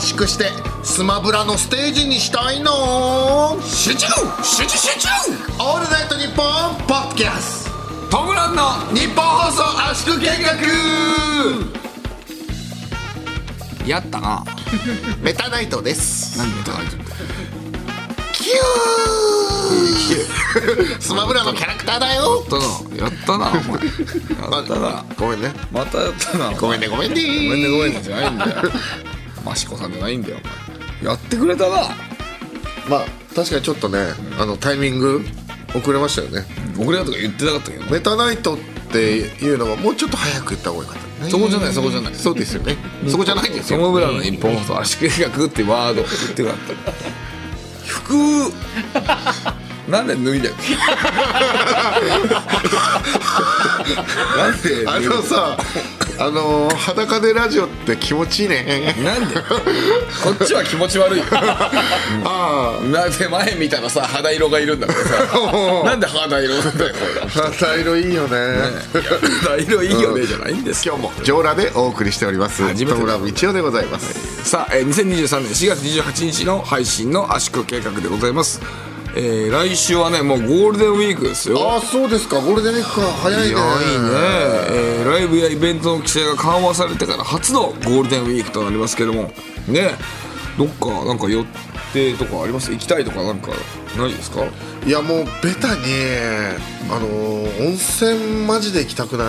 縮してスマブラのステージにしたいの集中集中集中「オールナイトニッポン」ポッドキャストトムブラウンの日本放送圧縮計画やったなメタナイトです何で叩いてんだキュースマブラのキャラクターだよやったなやったなお前やったなごめんねまたやったなごめんねごめんねごめんねごめんねじゃないんだよマシコさんじゃないんだよお前やってくれたな まあ確かにちょっとね、あのタイミング遅れましたよね遅れたとか言ってなかったけどメタナイトっていうのがもうちょっと早く言った方が良かったねそこじゃないそこじゃないそうですよ ねそこじゃないんですトムよブラウンの日本放送足計画ってワード言ってなかった服なんで脱いだっ けなんであのさあのー裸でラジオって気持ちいいねなんでこっちは気持ち悪いよあなんで前見たらさ肌色がいるんだから さなんで肌色なんだよこあ肌色いいよねれいや 肌色いいよねじゃないんですよ今日も上裸でお送りしております初めてだトムラム一応でございます、さあ、えー2023年4月28日の配信の圧縮計画でございます、えー来週はねもうゴールデンウィークですよああそうですかゴールデンウィークか早いね早いね、えーライブやイベントの規制が緩和されてから初のゴールデンウィークとなりますけどもねどっかなんか予定とかあります行きたいとかなんかないですかいやもうベタにあのー温泉マジで行きたくない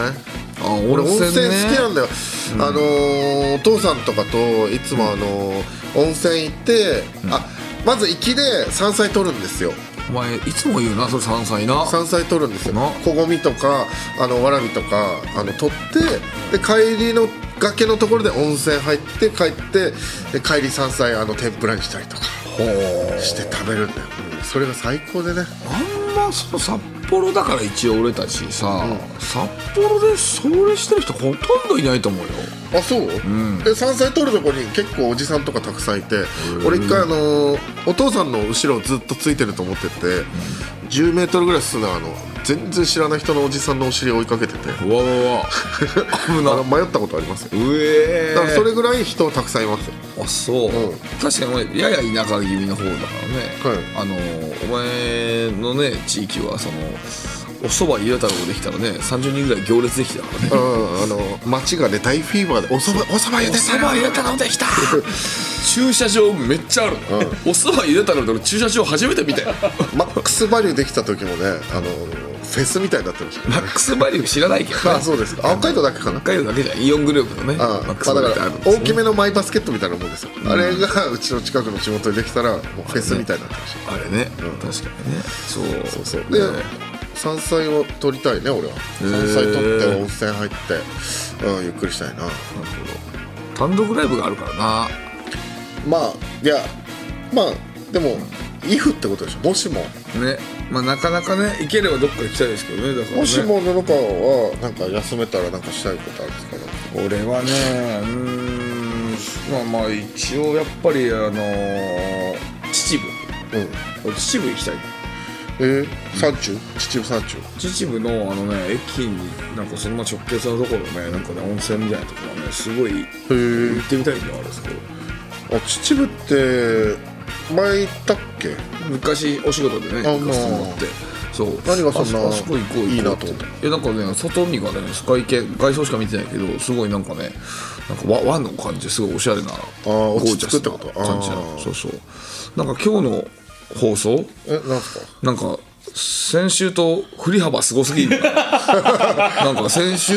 あ俺俺温泉好きなんだよ、あのーお父さんとかといつもあのー温泉行って、あまず行きで山菜取るんですよお前いつも言うなそれ山菜な山菜取るんですよな小ごみとかあのわらびとかあの取ってで帰りの崖のところで温泉入って帰ってで帰り山菜あの天ぷらにしたりとかほうして食べるんだよ、うんそれが最高でねあんまその札幌だから一応俺たちさ、札幌でそれしてる人ほとんどいないと思うよあそう、で山菜取るとこに結構おじさんとかたくさんいて俺一回あのーお父さんの後ろをずっとついてると思ってて、10メートルぐらい進んだあの全然知らない人のおじさんのお尻を追いかけててうわうわうわ危あのな迷ったことありますようえだからそれぐらい人たくさんいますあそう、うん確かに俺やや田舎気味の方だからね、はあのお前のね地域はそのおそば家太郎できたらね30人ぐらい行列できてたからねうん、あの街がね大フィーバーでおそばおそば茹でおそば家太郎できた駐車場めっちゃあるの、おそば家太郎で俺駐車場初めて見たよマックスバリューできた時もねあのフェスみたいになってましたけどマックスバリュー知らないけど、ね、あそうですかあ北海道だけかな北海道だけじゃんイオングループのねあマックまスあバだリューからってあるんですよ大きめのマイバスケットみたいなもんですよ、あれがうちの近くの地元にできたらもうフェスみたいになってましたあれね、確かにねそうそうそうで、ね山菜を取りたいね俺は山菜取って温泉入って、うん、ゆっくりしたいな単独ライブがあるからなまあいやまあでも、イフってことでしょもしもねまあなかなかね行ければどっか行きたいですけどねだから、ね、もしも布川はなんか休めたらなんかしたいことあるんですかね俺はねうーんまあまあ一応やっぱりあのー秩父うん俺秩父行きたいえー、山中秩父山中秩父のあのね駅になんかそんな直結のところねなんかね温泉みたいなところはねすごい行へえってみたいんだよあれすごいあ秩父って前行ったっけ昔お仕事でねあ行かせてもらってそう何がそんなあそあそこ行こう行こういいなと思ったいやなんかね外見がねスカイ系外装しか見てないけどすごいなんかねなんか和和の感じすごいおしゃれなーゴ落ーちジャ着スくなってこと感じなあのーそうそうなんか今日の放送えなんす かなんか先週と振り幅すごす ぎるなんか先週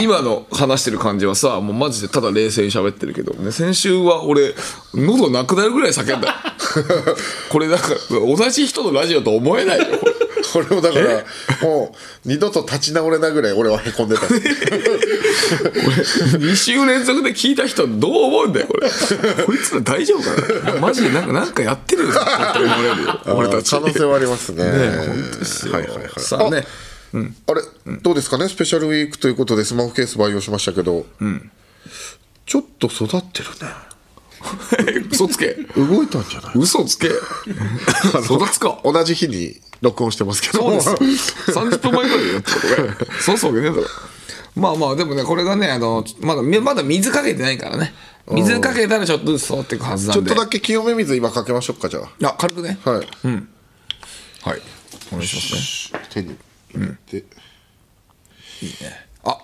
今の話してる感じはさもうマジでただ冷静に喋ってるけど、ね、先週は俺喉なくなるぐらい叫んだ これなんか同じ人のラジオと思えないよこれこれをだからもう二度と立ち直れないぐらい俺はへこんでた 2週連続で聞いた人どう思うんだよこれこいつら大丈夫かなマジでなんかなんかやってるよって思われるよ俺たち可能性はありますねね本当ですよはいはいはいさあねああれ、どうですかねスペシャルウィークということでスマホケース培養しましたけど、ちょっと育ってるね嘘つけ動いたんじゃない嘘つけ育つか同じ日に録音してますけど そうですよ。30分前ぐらいでやってたこれ。そうそうわけねえだろ。まあまあでもねこれがねあのまだみまだ水かけてないからね水かけたらちょっとずつ育っていくはずなちょんっでとだけ清め水今かけましょうかじゃああ軽くねはい、はいお願いしますね手に入れて、あ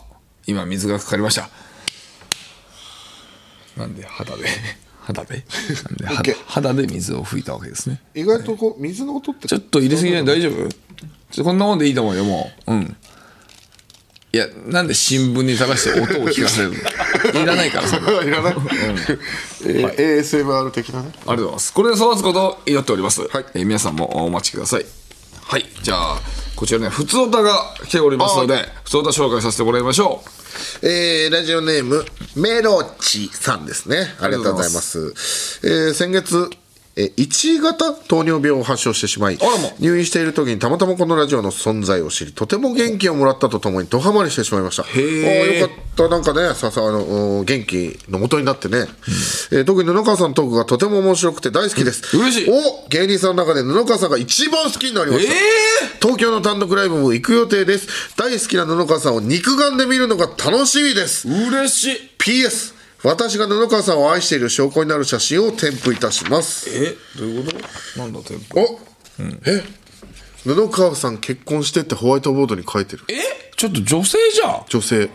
今水がかかりましたなんで肌で 肌でなんで肌 OK 肌で水を拭いたわけですね意外とこう水の音ってちょっと入れすぎない大丈夫ちょこんなもんでいいと思うよもううんいやなんで新聞に垂らして音を聞かせるのいらないからそれあ りいらない、 えー ASMR 的なねがとうございますこれで育つことを祈っております、はいえー皆さんもお待ちくださいはいじゃあこちらね普通歌が来ておりますので普通歌紹介させてもらいましょうえーラジオネームメロチさんですねありがとうございますえー先月えー1型糖尿病を発症してしまいあらま入院している時にたまたまこのラジオの存在を知りとても元気をもらったとともにドハマりしてしまいましたへーあーよかったなんかねささあのお元気の元になってね、えー特に布川さんのトークがとても面白くて大好きです、うん嬉しいお芸人さんの中で布川さんが一番好きになりました、え東京の単独ライブも行く予定です大好きな布川さんを肉眼で見るのが楽しみですえー、嬉しい PS 私が布川さんを愛している証拠になる写真を添付いたしますえどういうことなんだ店舗お、え布川さん結婚してってホワイトボードに書いてるえちょっと女性じゃん女性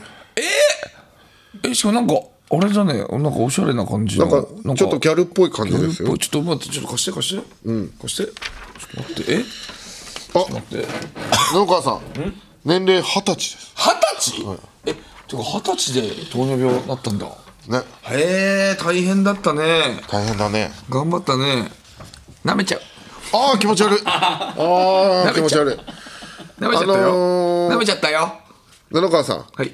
えしかもなんかあれじゃねなんかおしゃれな感じのなんかちょっとギャルっぽい感じですよちょっと待ってちょっと貸して貸してうん貸してちょっと待ってえあで布川さん年齢二十歳です二十歳、えてか二十歳で糖尿病になったんだねへえ大変だったね大変だね頑張ったねなめちゃうああ気持ち悪いああ気持ち悪いなめちゃったあよ、のーなめちゃったよ布川さんはい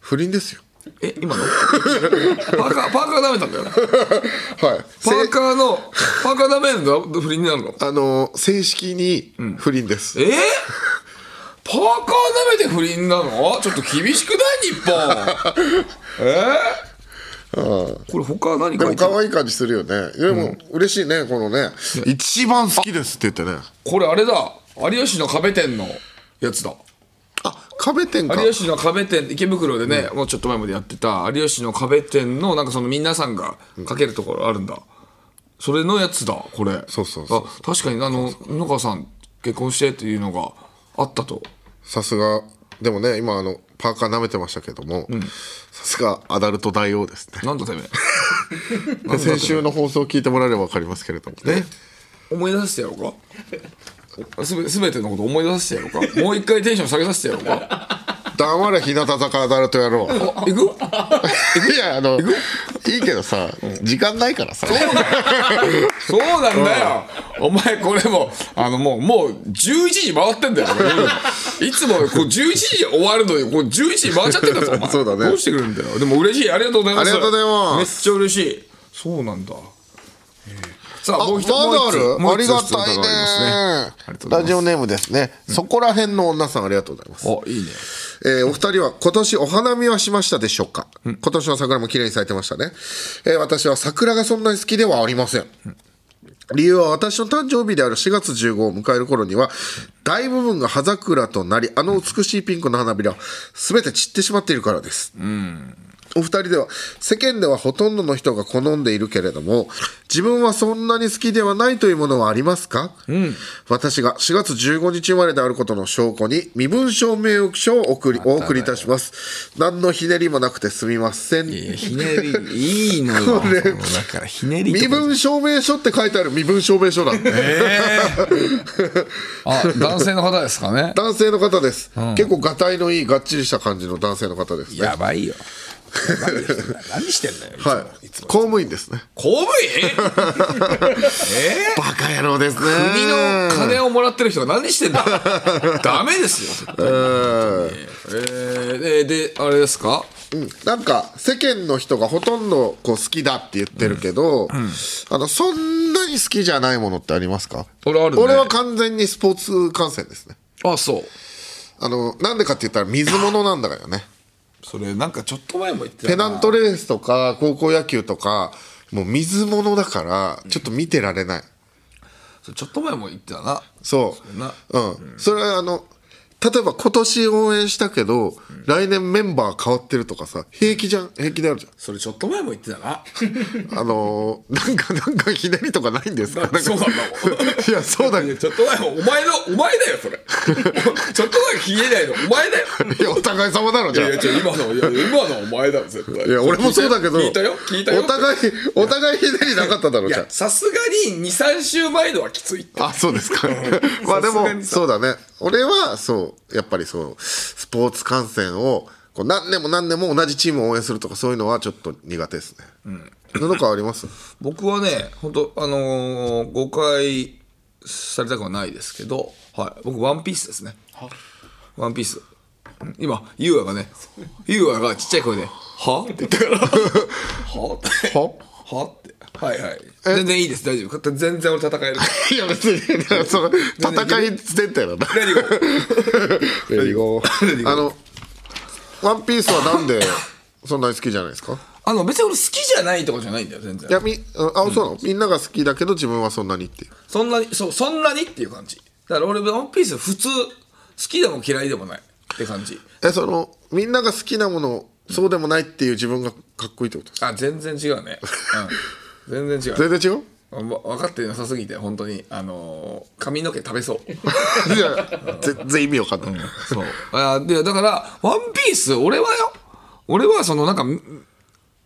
不倫ですよえ今の パーカーパーカーなめたんだよねはいパーカーのパーカーなめるの不倫になるのあの正式に不倫です、えー、パーカー舐めて不倫なのちょっと厳しくない日本えー、これ他何で書もいてる可愛い感じするよねでも嬉しいねこのね一番好きですって言ってねこれあれだ有吉の壁店のやつだあ壁天か有吉の壁店池袋でね、もうちょっと前までやってた有吉の壁店のなんかその皆さんがかけるところあるんだ、それのやつだこれそうそうそうあ確かにあの野川さん結婚してっていうのがあったとさすがでもね今あのパーカー舐めてましたけども、さすがアダルト大王 ですねなんだてめえで先週の放送を聞いてもらえれば分かりますけれどもね 思い出させてやろうかすべすべてのこと思い出させてやろうかもう一回テンション下げさせてやろうか黙れ日向坂アダルト野 郎あ行くいやあのいいけどさ時間ないからさそうなんだよ、お前これもあのもうもう11時回ってんだよこれいつもこう11時終わるのにこう11時回っちゃってんだぞお前そうだねどうしてくれるんだよでも嬉しいありがとうございますありがとうございますめっちゃ嬉しいそうなんだ、えーさああもうま一つもう一つだあもうるあ一りつが質問たいねがありますねありがとラうございますジオネームですね、そこら辺の女さんありがとうございますおいいねえーお二人は今年お花見はしましたでしょうか、今年の桜も綺麗に咲いてましたね、えー私は桜がそんなに好きではありません、理由は私の誕生日である4月15を迎える頃には大部分が葉桜となりあの美しいピンクの花びらは全て散ってしまっているからです、お二人では世間ではほとんどの人が好んでいるけれども自分はそんなに好きではないというものはありますか、私が4月15日生まれであることの証拠に身分証明書を送りお送りいたします何のひねりもなくてすみませんいやひねりいいのよ これそのだからひねりとか身分証明書って書いてある身分証明書だ ってあ男性の方です かね男性の方です、結構がたいのいいがっちりした感じの男性の方ですねやばいよやばいよ何してんだよはいいつも公務員ですね公務員えバカ野郎ですねー国の金をもらってる人が何して んだダメですよ、うんえー、でであれですかうんなんか世間の人がほとんどこう好きだって言ってるけど、あのそんなに好きじゃないものってありますか俺あるね俺は完全にスポーツ観戦ですねあそうあのなんでかって言ったら水物なんだからねそれなんかちょっと前も言ってペたナントレースとか高校野球とかもう水物だからちょっと見てられない、それちょっと前も言ってたなそなう、うんそれはあの例えば今年応援したけど、来年メンバー変わってるとかさ平気じゃん平気であるじゃんそれちょっと前も言ってた な あのーなんか、なんかひねりとかないんですかなんかそうなんだもんいや、そうだいやけちょっと前もお前のお前だよそれ ちょっと前ひえないのお前だよど。いや、お互い様だろ、いじゃあ。やいいやちょ今のいや今のお前だよ絶対いや、俺もそうだけど、聞いたよ聞いたよお互い、お互いひねりなかっただろ、いじゃやさすがに23週前のはきついってあ。あ、そうです か。まあでさすがも、にさそうだね。俺は、そう、やっぱりそう、スポーツ観戦を、こう何年も何年も同じチームを応援するとか、そういうのはちょっと苦手ですね。うん。布川あります僕はね本当あのー誤解されたくはないですけど、はい、僕ワンピースですねワンピースうん今優雅がね優雅がちっちゃい声で「は?」って言ったから「 は?」っては「は?」ってはいはい全然いいです大丈夫全然俺戦えるから いや、別に、いやその、戦い全体なんだ。レディゴーレディーゴーレディーゴーあの、ワンピースはなんで、そんなに好きじゃないですかあの別に俺好きじゃないとかじゃないんだよ全然いや、み、あ、あそうなのみんなが好きだけど自分はそんなにっていう。そんなにそうそんなにっていう感じだから俺ワンピース普通好きでも嫌いでもないって感じえ、その、みんなが好きなもの、そうでもないっていう自分がかっこいいってことですあ全然違うね、うん、全然違う全然違うわ分かってなさすぎて本当にあのー髪の毛食べそういや、全然意味わかんない。そうあでだから「ワンピース俺はよ俺はそのなんかん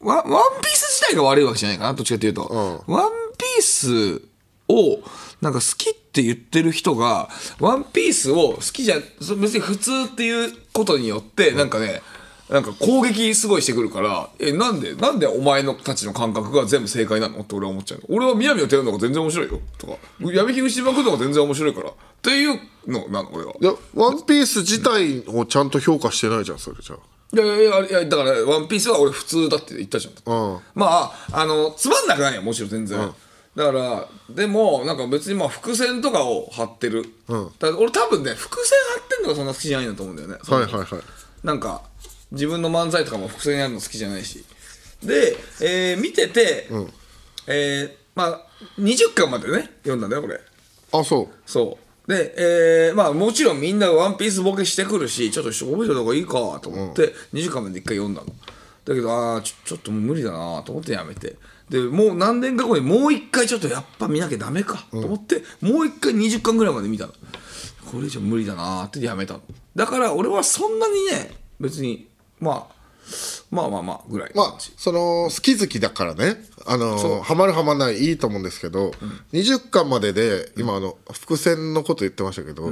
ワワンピース自体が悪いわけじゃないかなどっちかというと、ワンピースをなんか好きって言ってる人が「ワンピースを好きじゃそ別に普通っていうことによってなんかね、なんか攻撃すごいしてくるから、え、なんで、なんでお前のたちの感覚が全部正解なのって俺は思っちゃうの。俺は宮城を手るのが全然面白いよ。とか、闇金牛まくるのが全然面白いから。っていうのなの、俺は。いや、ワンピース自体をちゃんと評価してないじゃん、それじゃいやいやいやいやだから「ワンピースは俺普通だって言ったじゃん、うんまああのつまんなくないよもちろん全然、だからでもなんか別にまあ伏線とかを張ってる、だから俺多分ね伏線張ってんのがそんな好きじゃないんだと思うんだよねあ。はいはいはい。なんか自分の漫才とかも伏線やるの好きじゃないしで、えー見てて、えーまあ20巻までね読んだんだよこれあ、そう。そう。で、えーまあもちろんみんなワンピースボケしてくるし、ちょっと覚えておいた方がいいかと思って、20巻まで一回読んだの。だけど、ああ、ちょちょっともう無理だなと思ってやめて。で、もう何年か後にもう一回ちょっとやっぱ見なきゃダメかと思って、もう一回20巻ぐらいまで見たの。これ以上無理だなってやめたの。だから俺はそんなにね、別に、まあ、まあまあまあぐらいのまあ感じ。、その好き好きだからね、あのーハマるハマらないいいと思うんですけど、20巻までで今あの伏線のこと言ってましたけど、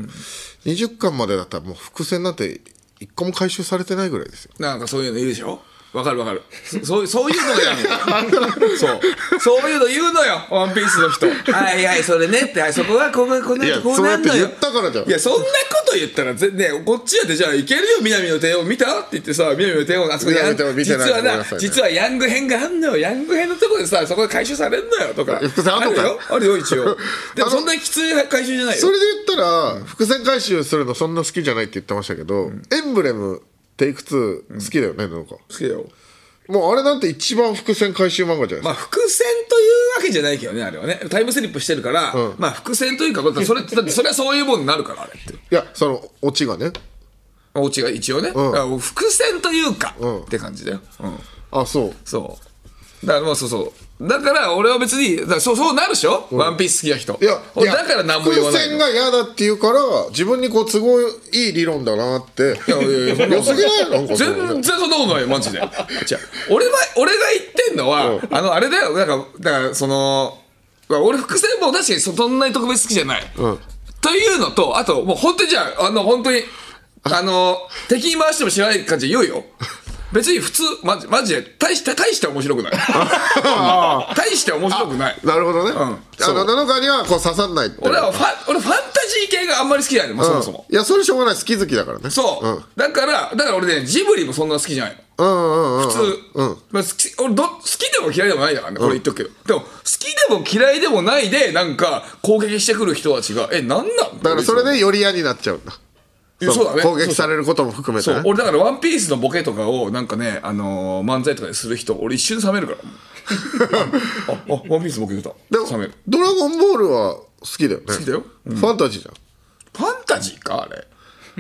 20巻までだったらもう伏線なんて一個も回収されてないぐらいですよなんかそういうの言うでしょわかるわかる。そそういう、そういうのやん。そう。そういうの言うのよ、ワンピースの人。はいはい、それねって、はい、そこはこう、こうないるやとこうなんのそうやよって言ったからじゃんいや、そんなこと言ったら、ぜね、こっちやって、じゃあ、いけるよ、南の帝王見たって言ってさ、南の帝王、あそこや南んの帝王見て実ないはごめんななさいね実はヤング編があんのよ、ヤング編のとこでさ、そこで回収されんのよ、とか。伏線ああんのるかよ、あるよ、一応。でも、あのそんなにきつい回収じゃないそよ。れで言ったら、伏線回収するのそんな好きじゃないって言ってましたけど、エンブレムテイク2好きだよね、なんか好きだよ。もうあれなんて一番伏線回収漫画じゃないですか、まあ、伏線というわけじゃないけどね、あれはね。タイムスリップしてるから、まあ、伏線というか、だっ てそれ、だってそれはそういうものになるから、あれって。いやそのオチがねお家が一応ね。んだから伏線というか、んって感じだよ。うん。あそうそう。だから、まあ、そうそう。だから、俺は別に、だからそう、そうなるでしょ、ワンピース好きな人。いや、俺だから何も言わ伏ない線の。が嫌だっていうから、自分にこう都合いい理論だなって。いやいやいやそんな良すぎないなんかそれ全然そんなことないよ、マ ジで。じゃあ俺は、俺が言ってんのは、あの、あれだよ、だから、だから、その、まあ俺、伏線も確かにそそんなに特別好きじゃない。うんというのと、あと、もう本当にじゃあ、あの、本当に、あの、敵に回しても知らない感じで言うよ。別に普通、マジマジで、大して、大して面白くない。大して面白くない。なるほどね。あそうの、七日にはこう刺さんないって。俺はファン、俺ファンタジー系があんまり好きじゃないの、まあ、そもそも。うんいや、それしょうがない。好き好きだからね。そう、うんだから、だから俺ね、ジブリもそんな好きじゃないの。うんうんうん。普通、まあ、好き俺ど好きでも嫌いでもないだからね、これ言っとくけどでも好きでも嫌いでもないでなんか攻撃してくる人たちがえなんなんだからそれでより嫌になっちゃうんだ。いやそうだね攻撃されることも含めてそうね。俺だから「ワンピースのボケとかをなんかね、あのー漫才とかでする人俺一瞬冷めるから ああワンピースのボケ出たでも冷める、ドラゴンボールは好きだよね。好きだよファンタジーじゃん。ファンタジーかあれ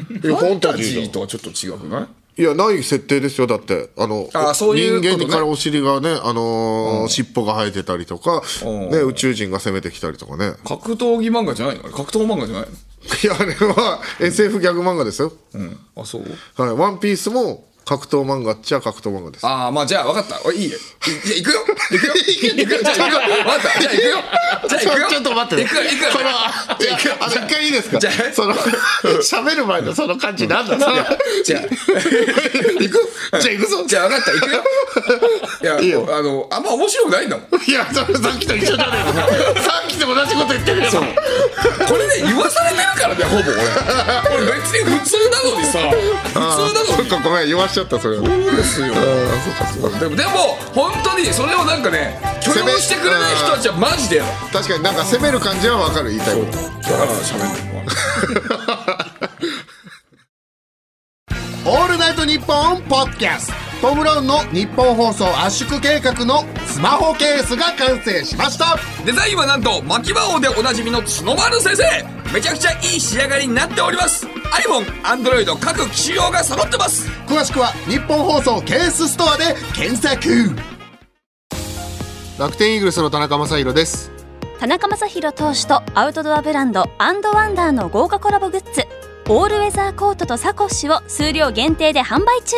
いやフファァンンタタジジーーとはちょっと違くないいやない設定ですよだってあのあーそういうことね人間にからお尻がね、あのー尻尾が生えてたりとか、うんね、宇宙人が攻めてきたりとかね 格闘技漫画じゃないのあれ格闘漫画じゃないのいやあれは SF ギャグ漫画ですよ、うん。あ、そうはい、ワンピースも格闘漫画っちゃ格闘漫画ですああ、まあじゃあ分かった。おいいいよ。いいや、行くよ行 くよ行くよじゃあ行くよ分かった。じゃあ行くよじゃあ行くよちょっと待ってね行くよ行くよそのいやあの一回いいですかじゃあその喋る前のその感じなんだそのじゃあ、行く じゃあ行くぞじゃあ分かった。行くよいや、いいよあの、あんま面白くないんだもん。いやそれさっきと一緒じゃねえか さっきと同じこと言ってるよこれね、言わされてるからね、ほぼ俺。俺別に普通なのにさ、普通なのにそっかごめん言わしちゃったそれはそうですよでもでも本当にそれをなんかね許容してくれない人たちはマジでやろ確かになんか攻める感じはわかる言いたいことだから喋んないオールナイトニッポンポッドキャストトム・ブラウンの日本放送圧縮計画のスマホケースが完成しましたデザインはなんと牧場王でおなじみの角丸先生めちゃくちゃいい仕上がりになっております iPhone、Android 各機種用が揃ってます詳しくは日本放送ケースストアで検索楽天イーグルスの田中将大です田中将大投手とアウトドアブランドアンドワンダーの豪華コラボグッズオールウェザーコートとサコッシュを数量限定で販売中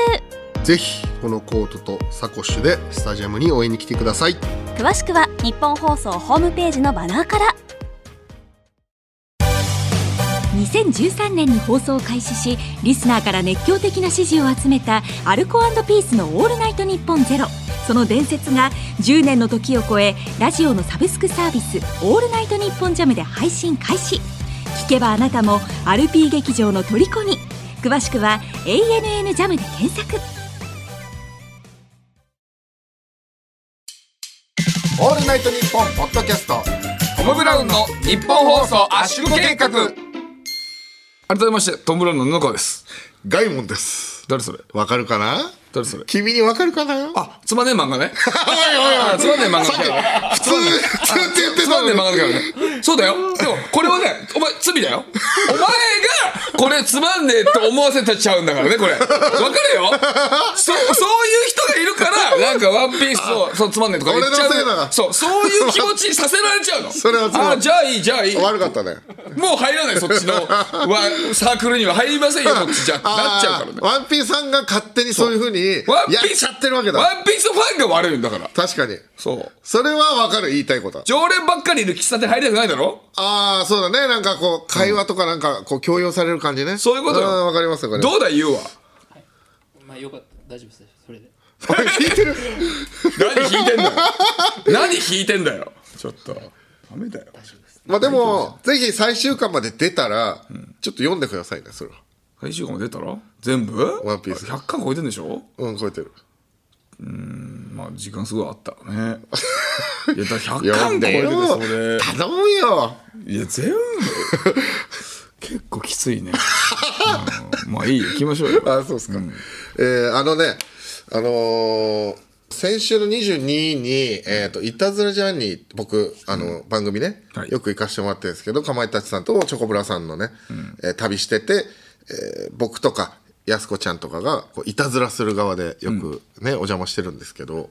ぜひこのコートとサコッシュでスタジアムに応援に来てください詳しくは日本放送ホームページのバナーから2013年に放送を開始しリスナーから熱狂的な支持を集めたアルコピースの「オールナイトニッポンゼロその伝説が10年の時を超えラジオのサブスクサービス「オールナイトニッポンジャムで配信開始聞けばあなたもアルピー劇場の虜に詳しくは「ANN ジャムで検索オールナイトニッポンポッドキャストトム・ブラウンの日本放送圧縮計画改めましてトム・ブラウンの布川ですガイモンです誰それわかるかな誰それ君にわかるかなあつまんねえ漫 画ねおいおいつまんねえ漫画だ さっき普通普通って言ってつまたんねのえに漫画だからねそうだよでもこれはねお前罪だよお前がこれつまんねえと思わせてちゃうんだからねこれわかるよそそういう人がいるからなんか「ワンピースをそうつまんねえとか言っちゃ俺うのせいだなそうそういう気持ちにさせられちゃうのそれはそうあじゃあいいじゃあいいも悪かったねう入らないそっちのわサークルには入り ませんよこっちじゃなっちゃうからねあーワンピースさんが勝手にそういうふうにワンやっピースちゃってるわけだワンピースファンが悪いんだから確かにそうそれはわかる言いたいこと常連ばっかりいる喫茶店入りたくないだろああそうだねなんかこう会話とかなんかこう強要される感じねそういうことよんわかりますわかりますどうだ言うわまあよかった大丈夫ですそれで聞いてる何弾いてんだよ何弾いてんだよちょっとダメだよ まあで もぜひ最終巻まで出たらちょっと読んでくださいねそれは最終巻も出たら全部ワンピース100巻超えてんでしょうん超えてるまあ時間 すごいあったからねいやだから読100巻ん超えでてよるそれ頼むよいや全部結構きついねうんまあいいよ行きましょうよあそうですか、えーあのねあのー先週の22に、えっ、と、いたずらジャーニー、僕、あの、番組ね、はいよく行かしてもらってるんですけど、かまいたちさんとチョコブラさんのね、えー旅してて、えー僕とか、やすこちゃんとかが、こういたずらする側でよくね、お邪魔してるんですけど、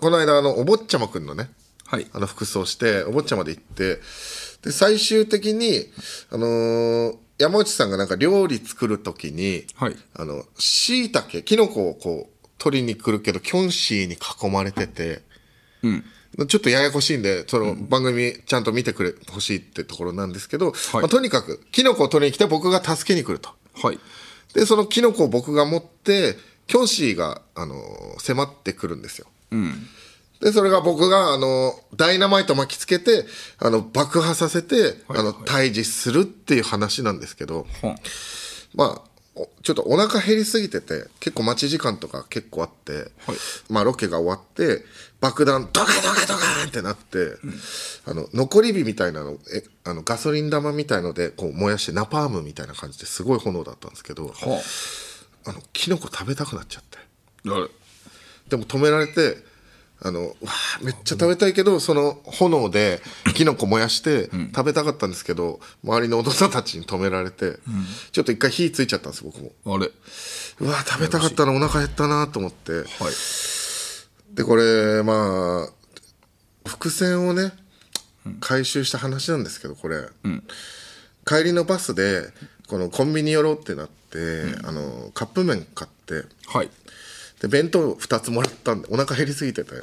この間、あの、お坊ちゃまくんのね、はいあの服装して、お坊ちゃまで行って、で、最終的に、あのー山内さんがなんか料理作るときに、はいあの、椎茸、キノコをこう、取りに来るけど、キョンシーに囲まれてて、ちょっとややこしいんで、その番組ちゃんと見てくれ、ほしいってところなんですけど、いまあとにかく、キノコを取りに来て僕が助けに来ると。はいで、そのキノコを僕が持って、キョンシーが、あのー迫ってくるんですよ。で、それが僕が、あのーダイナマイト巻きつけて、あの、爆破させて、はいあの、退治するっていう話なんですけど、ほんまあ、おちょっとお腹減りすぎてて、結構待ち時間とか結構あって、はいまあロケが終わって、爆弾ドカドカドカーンってなって、あの、残り火みたいなの、え、あの、ガソリン玉みたいので、こう燃やしてナパームみたいな感じですごい炎だったんですけど、ほあんの、キノコ食べたくなっちゃって。誰でも止められて、あのわあめっちゃ食べたいけどその炎でキノコ燃やして食べたかったんですけど、周りのお父さんたちに止められて、ちょっと一回火ついちゃったんです僕もあれ。うわ食べたかったらお腹減ったなと思って、はい。でこれまあ伏線をね回収した話なんですけどこれ、帰りのバスでこのコンビニ寄ろうってなって、あのカップ麺買ってはい。で弁当2つもらったんでお腹減りすぎてたよ、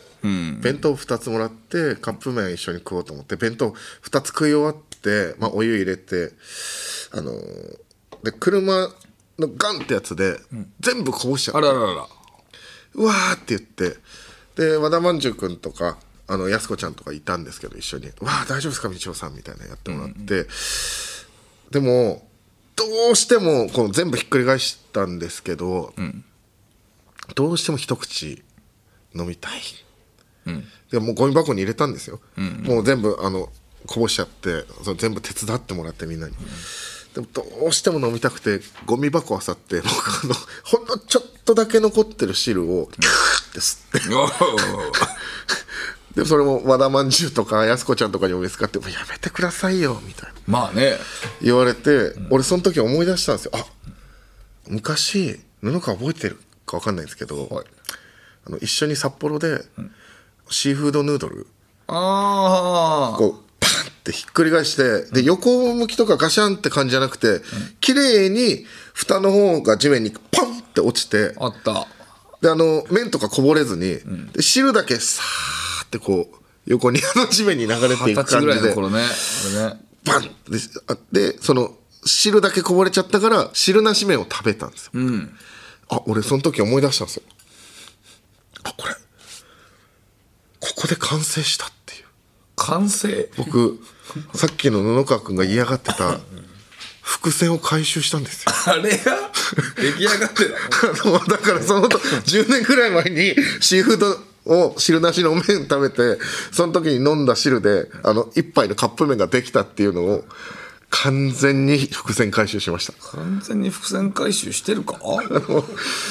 弁当2つもらってカップ麺一緒に食おうと思って弁当2つ食い終わって、まあ、お湯入れてあのーで車のガンってやつで、全部こぼしちゃっあてらららら。うわーって言ってで和田まんじゅうくんとかあのやす子ちゃんとかいたんですけど一緒に「わー大丈夫ですかみちおさん」みたいなのやってもらって、でもどうしてもこう全部ひっくり返したんですけど、どうしても一口飲みたい、でもうゴミ箱に入れたんですよ、もう全部あのこぼしちゃってその全部手伝ってもらってみんなに、でもどうしても飲みたくてゴミ箱あさって僕あのほんのちょっとだけ残ってる汁をキューって吸って、おーでそれも和田まんじゅうとかやす子ちゃんとかにも見つかって「もうやめてくださいよ」みたいなまあね。言われて、俺その時思い出したんですよあ昔布川覚えてるか分かんないんですけど、あの一緒に札幌で、シーフードヌードルああ。こうパンってひっくり返してで横向きとかガシャンって感じじゃなくて綺麗に蓋の方が地面にパンって落ちてあった。であの麺とかこぼれずに、で汁だけさーってこう横にあの地面に流れて二いく十歳感ぐじらいので頃ね。あれね。バンってあってその汁だけこぼれちゃったから汁なし麺を食べたんですよ、あ俺その時思い出したんですよあこれここで完成したっていう完成。 僕さっきの布川君が嫌がってた伏線を回収したんですよあれが出来上がってた。 あのだからそのと10年くらい前にシーフードを汁なしの麺食べてその時に飲んだ汁であの一杯のカップ麺ができたっていうのを完全に伏線回収しました完全に伏線回収してるか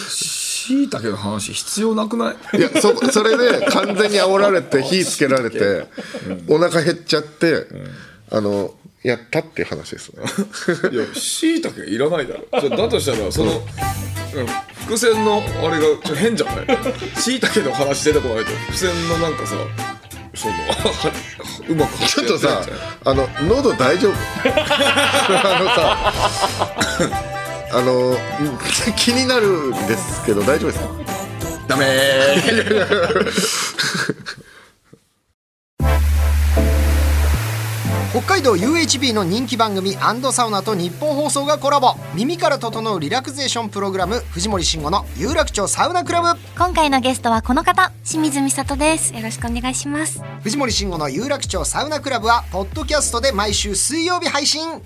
しいたけの話必要なくないいやそそれで完全に煽られて火つけられてお腹減っちゃって、あのやったっていう話ですねいやしいたけいらないだろじゃあだとしたらその、うん伏線のあれがちょ変じゃないしいたけの話出てこないと伏線のなんかさその うまくちょっとさあの喉大丈夫 あのさあ の気になるんですけど大丈夫ですかダメ北海道 UHB の人気番組「アンドサウナ」と日本放送がコラボ耳から整うリラクゼーションプログラム藤森慎吾の有楽町サウナクラブ今回のゲストはこの方清水美里ですよろしくお願いします藤森慎吾の有楽町サウナクラブはポッドキャストで毎週水曜日配信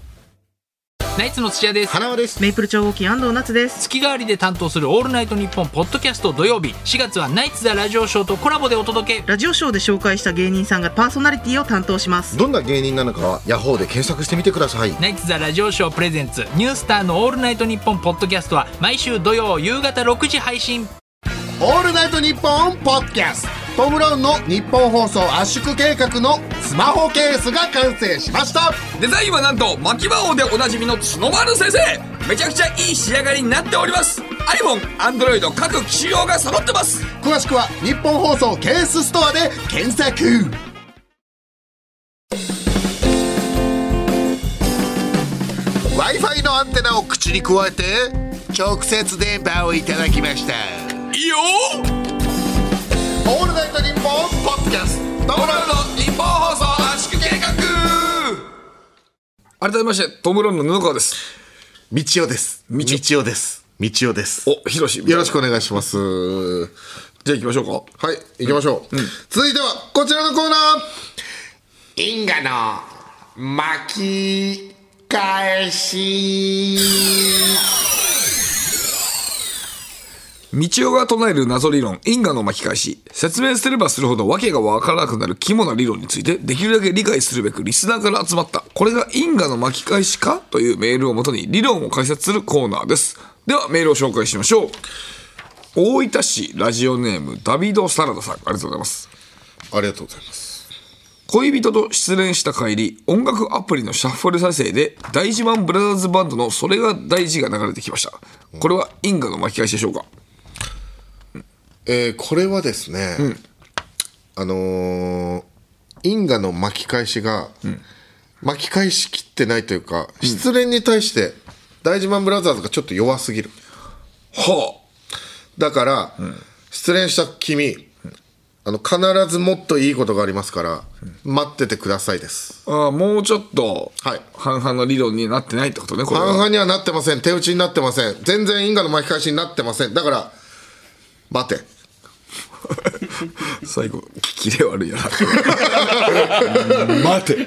ナイツの土屋です花輪ですメイプル超合金安藤夏です。月替わりで担当する「オールナイトニッポン」ポッドキャスト土曜日4月はナイツ・ザ・ラジオショーとコラボでお届けラジオショーで紹介した芸人さんがパーソナリティを担当します。どんな芸人なのかはヤホーで検索してみてくださいナイツ・ザ・ラジオショープレゼンツニュースターの「オールナイトニッポン」ポッドキャストは毎週土曜夕方6時配信「オールナイトニッポン」ポッドキャストトム・ブラウンの日本放送圧縮計画のスマホケースが完成しましたデザインはなんと巻き魔王でおなじみの角丸先生めちゃくちゃいい仕上がりになっております iPhone、Android 各機種用が揃ってます詳しくは日本放送ケースストアで検索 w i f i のアンテナを口に加えて直接電波をいただきましたいいよ「オールナイトニッポン」ポッドキャストムランの日本放送圧縮計画改めましてトム・ブラウンの布川ですみちおですみちおですみちおですおひろしよろしくお願いしますじゃあ行きましょうかはい行きましょう、続いてはこちらのコーナー因果の巻き返し道夫が唱える謎理論因果の巻き返し説明すればするほど訳が分からなくなる肝な理論についてできるだけ理解するべくリスナーから集まったこれが因果の巻き返しかというメールをもとに理論を解説するコーナーですではメールを紹介しましょう大分市ラジオネームダビド・サラダさんありがとうございますありがとうございます恋人と失恋した帰り音楽アプリのシャッフル再生で大自慢ブラザーズバンドの「それが大事」が流れてきましたこれは因果の巻き返しでしょうかえーこれはですね、あのー因果の巻き返しが、巻き返しきってないというか、失恋に対して大事マンブラザーズがちょっと弱すぎるはだから、失恋した君あの必ずもっといいことがありますから、待っててくださいですああーもうちょっとはい半々の理論になってないってことねこれ半は々にはなってません手打ちになってません全然因果の巻き返しになってませんだから待て 最後聞きで悪 いやな待て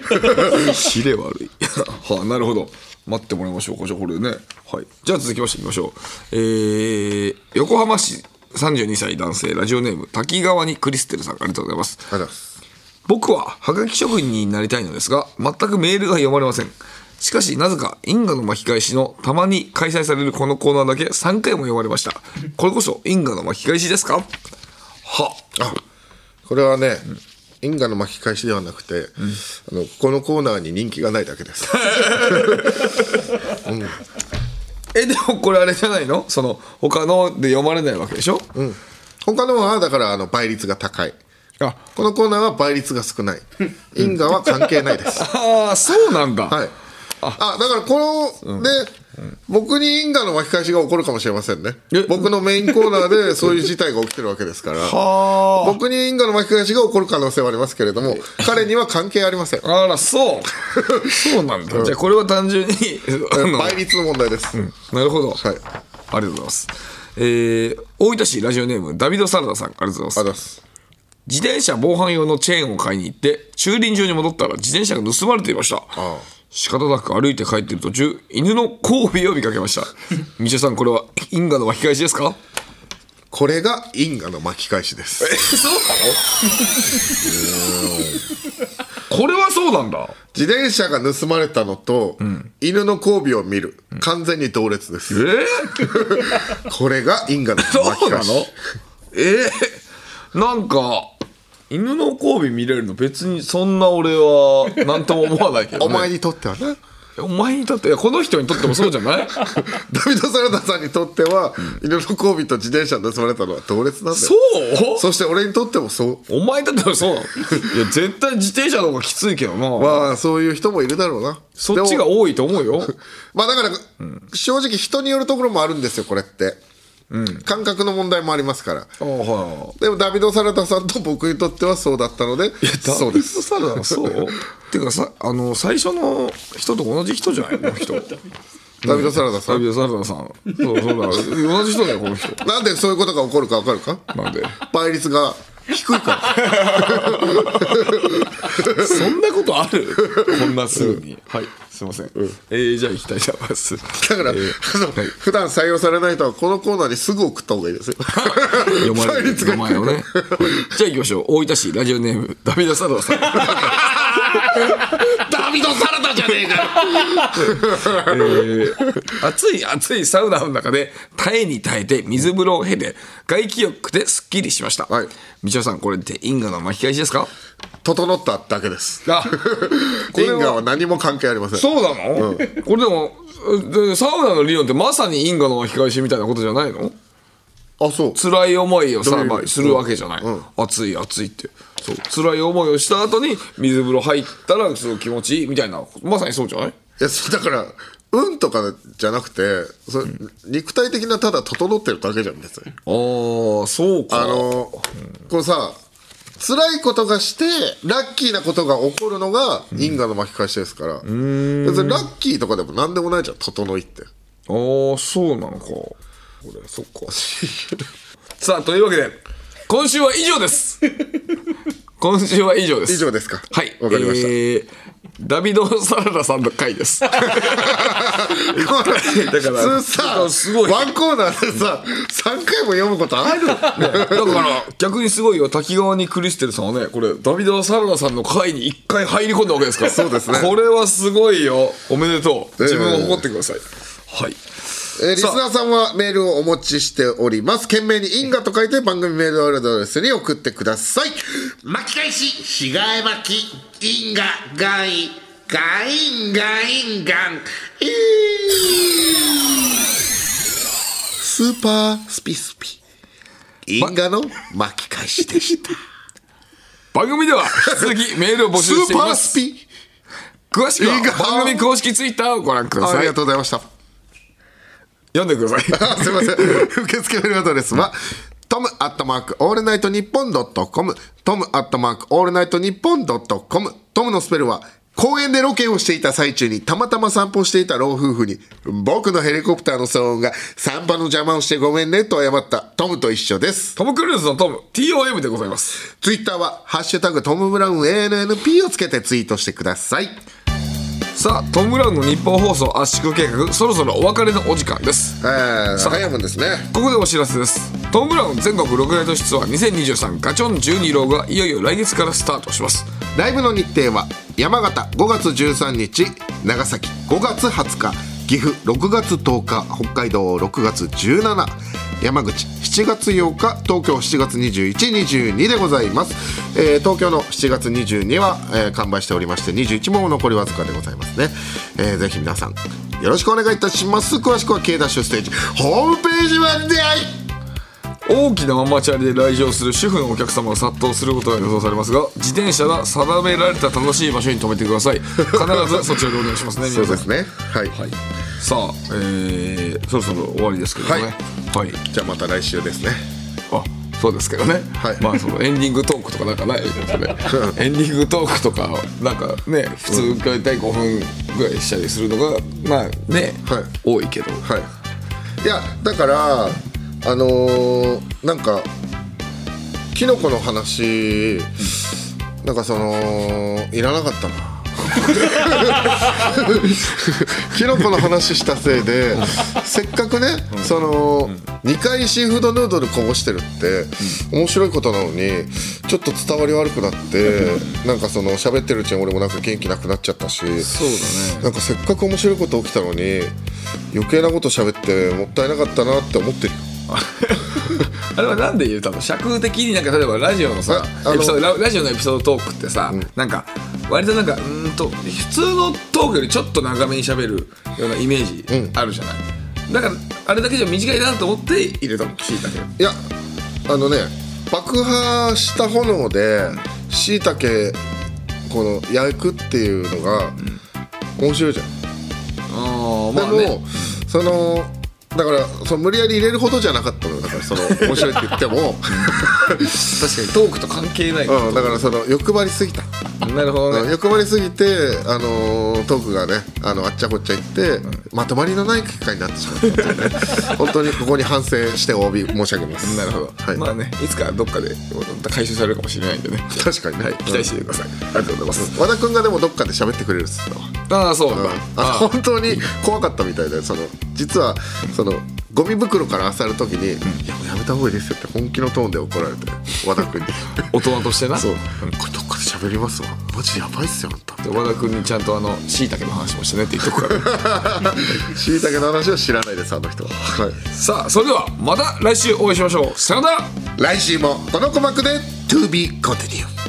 キレ悪い はあなるほど待ってもらいましょうかじゃあこれね、はい、じゃあ続きましていきましょうえー、横浜市32歳男性ラジオネーム滝川にクリステルさんありがとうございますありがとうございます僕はハガキ職人になりたいのですが全くメールが読まれませんしかしなぜか因果の巻き返しのたまに開催されるこのコーナーだけ3回も読まれましたこれこそ因果の巻き返しですかはあこれはね、因果の巻き返しではなくて、あのこのコーナーに人気がないだけ です。えでもこれあれじゃないのその他ので読まれないわけでしょ、うん、他のはだからあの倍率が高い。あこのコーナーは倍率が少ない。因果は関係ないです。あーそうなんだ、はい。あだからこの、ね、僕に因果の巻き返しが起こるかもしれませんねえ。僕のメインコーナーで そういう事態が起きてるわけですから。あ僕に因果の巻き返しが起こる可能性はありますけれども、彼には関係ありません。 あらそう そうなんだ、じゃあこれは単純にあの倍率の問題です。なるほど、はい。ありがとうございますえー大分市ラジオネームダビド・サラダさんありがとうございますありがとうございます。自転車防犯用のチェーンを買いに行って駐輪場に戻ったら自転車が盗まれていましたあ仕方なく歩いて帰っている途中犬の交尾を見かけま したみちおさんこれは因果の巻き返しですかこれが因果の巻き返しです。これはそうなんだ自転車が盗まれたのと、犬の交尾を見る、完全に同列でえす。これが因果の そ巻きうな返のし。えーなんか犬の交尾見れるの別にそんな俺は何とも思わないけど、ね、お前にとってはね、お前にとっていやこの人にとっても そうじゃないダビド・サラダさんにとっては、犬の交尾と自転車が盗まれたのは同列なんだよ。そうそして俺にとってもそう。お前だったらそうなのいや絶対自転車の方がきついけどな、まあ、そういう人もいるだろうな。そっちがでも多いと思うよまあ、だから、正直人によるところもあるんですよ、これって。感覚の問題もありますから。ああはでも、ダビド・サラダさんと僕にとってはそうだったので、いそうです。サラダそうっていうかさあの最初の人と同じ人じゃないの 人ダビド・サラダさサんビ。オサラダさんそうそうだ同じ人だよこの人なんでそういうことが起こるか分かるかなんで倍率が低い から。 そんなことある こんなすぐにはいすいません、えー、じゃあ行きたいと思いますだから、あの普段採用されない人はこのコーナーにすぐ送った方がいいですよ。 読まれ倍る率が名低い前をね、はいじゃあ行きましょう大分市ラジオネームダビド・サラダさんダビドサラダじゃねえかよ暑い暑いサウナの中で耐えに耐えて水風呂を経て外気浴でスッキリしました、はいみちおさんこれって因果の巻き返しですか整っただけです。あ因果は何も関係ありません。そうなの、これでもでサウナの理論ってまさに因果の巻き返しみたいなことじゃないのあ、そう。辛い思いをどうさ、いうまあ、するわけじゃない、うん暑い暑いってそう辛い思いをした後に水風呂入ったらすごい気持ちいいみたいなまさにそうじゃないいや、そうだから、運とかじゃなくて、それ肉体的なただ整ってるだけじゃん、別に。あーそうかあの、こうさ、辛いことがして、ラッキーなことが起こるのが因果の巻き返しですから、別にラッキーとかでも何でもないじゃん、整いって。あーそうなのかこれそっかさあというわけで今週は以上です 今週は以上です以上ですか。はいわかりました。えーダビド・サラダさんの 回です普ら通ちょっとさすごいワンコーナーでさ3回も読むことあるだから逆にすごいよ滝川にクリステルさんはねこれダビド・サラダさんの回に一回入り込んだわけですからそうですねこれはすごいよおめでとうええ自分を誇ってください、はいえーリスナーさんはメールをお持ちしております。懸命に因果と書いて番組メールアドレスに送ってください。巻き返し、しがえ巻き、因果、がい、がいんがいんがん、えスーパースピスピ。因果の巻き返しでした。番組では引き続きメールを募集していますスピ詳しくいいかは番組公式ツイッターをご覧くだあさりいがとうございました。読んでください あすいません。受付メールアドレスは、トムアットマークオールナイトニッポンドットコム、トムアットマークオールナイトニッポンドットコム、トムのスペルは、公園でロケをしていた最中にたまたま散歩していた老夫婦に、僕のヘリコプターの騒音が散歩の邪魔をしてごめんねと謝ったトムと一緒です。トム・クルーズのトム TOM でございますツイッターは、ハッシュタグトムブラウン ANNP をつけてツイートしてください。さあトム・ブラウンの日本放送圧縮計画そろそろお別れのお時間ですえー、早いもんですね。ここでお知らせですトム・ブラウン全国6大都市ツアー2023ガチョン12郎がいよいよ来月からスタートしますライブの日程は山形5月13日長崎5月20日岐阜6月10日北海道6月17山口7月8日東京7月2122でございます、えー東京の7月22は、えー完売しておりまして21も残りわずかでございますね、えーぜひ皆さんよろしくお願いいたします詳しくは K ダッシュステージホームページまで大きなママチャリで来場する主婦のお客様が殺到することが予想されますが自転車が定められた正しい場所に止めてください必ずそちらでお願いします ねそう皆さでんすねはい、はい、さあ、えーそろそろ終わりですけどねはい、じゃあまた来週ですねあそうですけどね、はいまあそのエンディングトークとかなんかないですよ ねエンディングトークとかなんかね普通大体5分ぐらいしたりするのがまあね、はい多いけど、はい、いやだからあのーなんかキノコの話なんかそのいらなかったな キノコの話したせいでせっかくね、その、2回シーフードヌードルこぼしてるって、面白いことなのにちょっと伝わり悪くなって、なんかその喋ってるうちに俺もなんか元気なくなっちゃったしそうだねなんかせっかく面白いこと起きたのに余計なこと喋ってもったいなかったなって思ってるよあれはなんで言うたの尺的になんか例えばラジオのさああのエピソードララジオのエピソードトークってさ、なんか割となんかうーんと普通のトークよりちょっと長めに喋るようなイメージあるじゃない、だからあれだけじゃ短いなと思って入れたの聞いたけどいやあのね爆破した炎でしいたけこの焼くっていうのが面白いじゃん、ああでまあも、ねそのだからその無理やり入れるほどじゃなかったのよだからその面白いって言っても、確かにトークと関係ない、うん、だからその欲張りすぎたなるほどね、欲張りすぎて、あのートークがねあのあっちゃこっちゃいって、まとまりのない結果になってしまったっていうね 本当にここに反省してお詫び申し上げますなるほど、はいまあねいつかどっかで回収されるかもしれないんでね確かにねはい、期待しててください、ありがとうございます、和田君がでもどっかで喋ってくれるっすよ、ああそうなんうだ、んああ本当に怖かったみたいでその実はそのゴミ袋から漁る時に「いやもうやめた方がいいですよ」って本気のトーンで怒られて和田君に大人として なそうで「これどっかで喋りますわマジやばいっすよあん た」和田君にちゃんとあのしいたけの話もしてねって言っとくからしいたけの話は知らないですあの人は、はい、さあそれではまた来週お会いしましょうさよなら来週もこの鼓膜で To be continued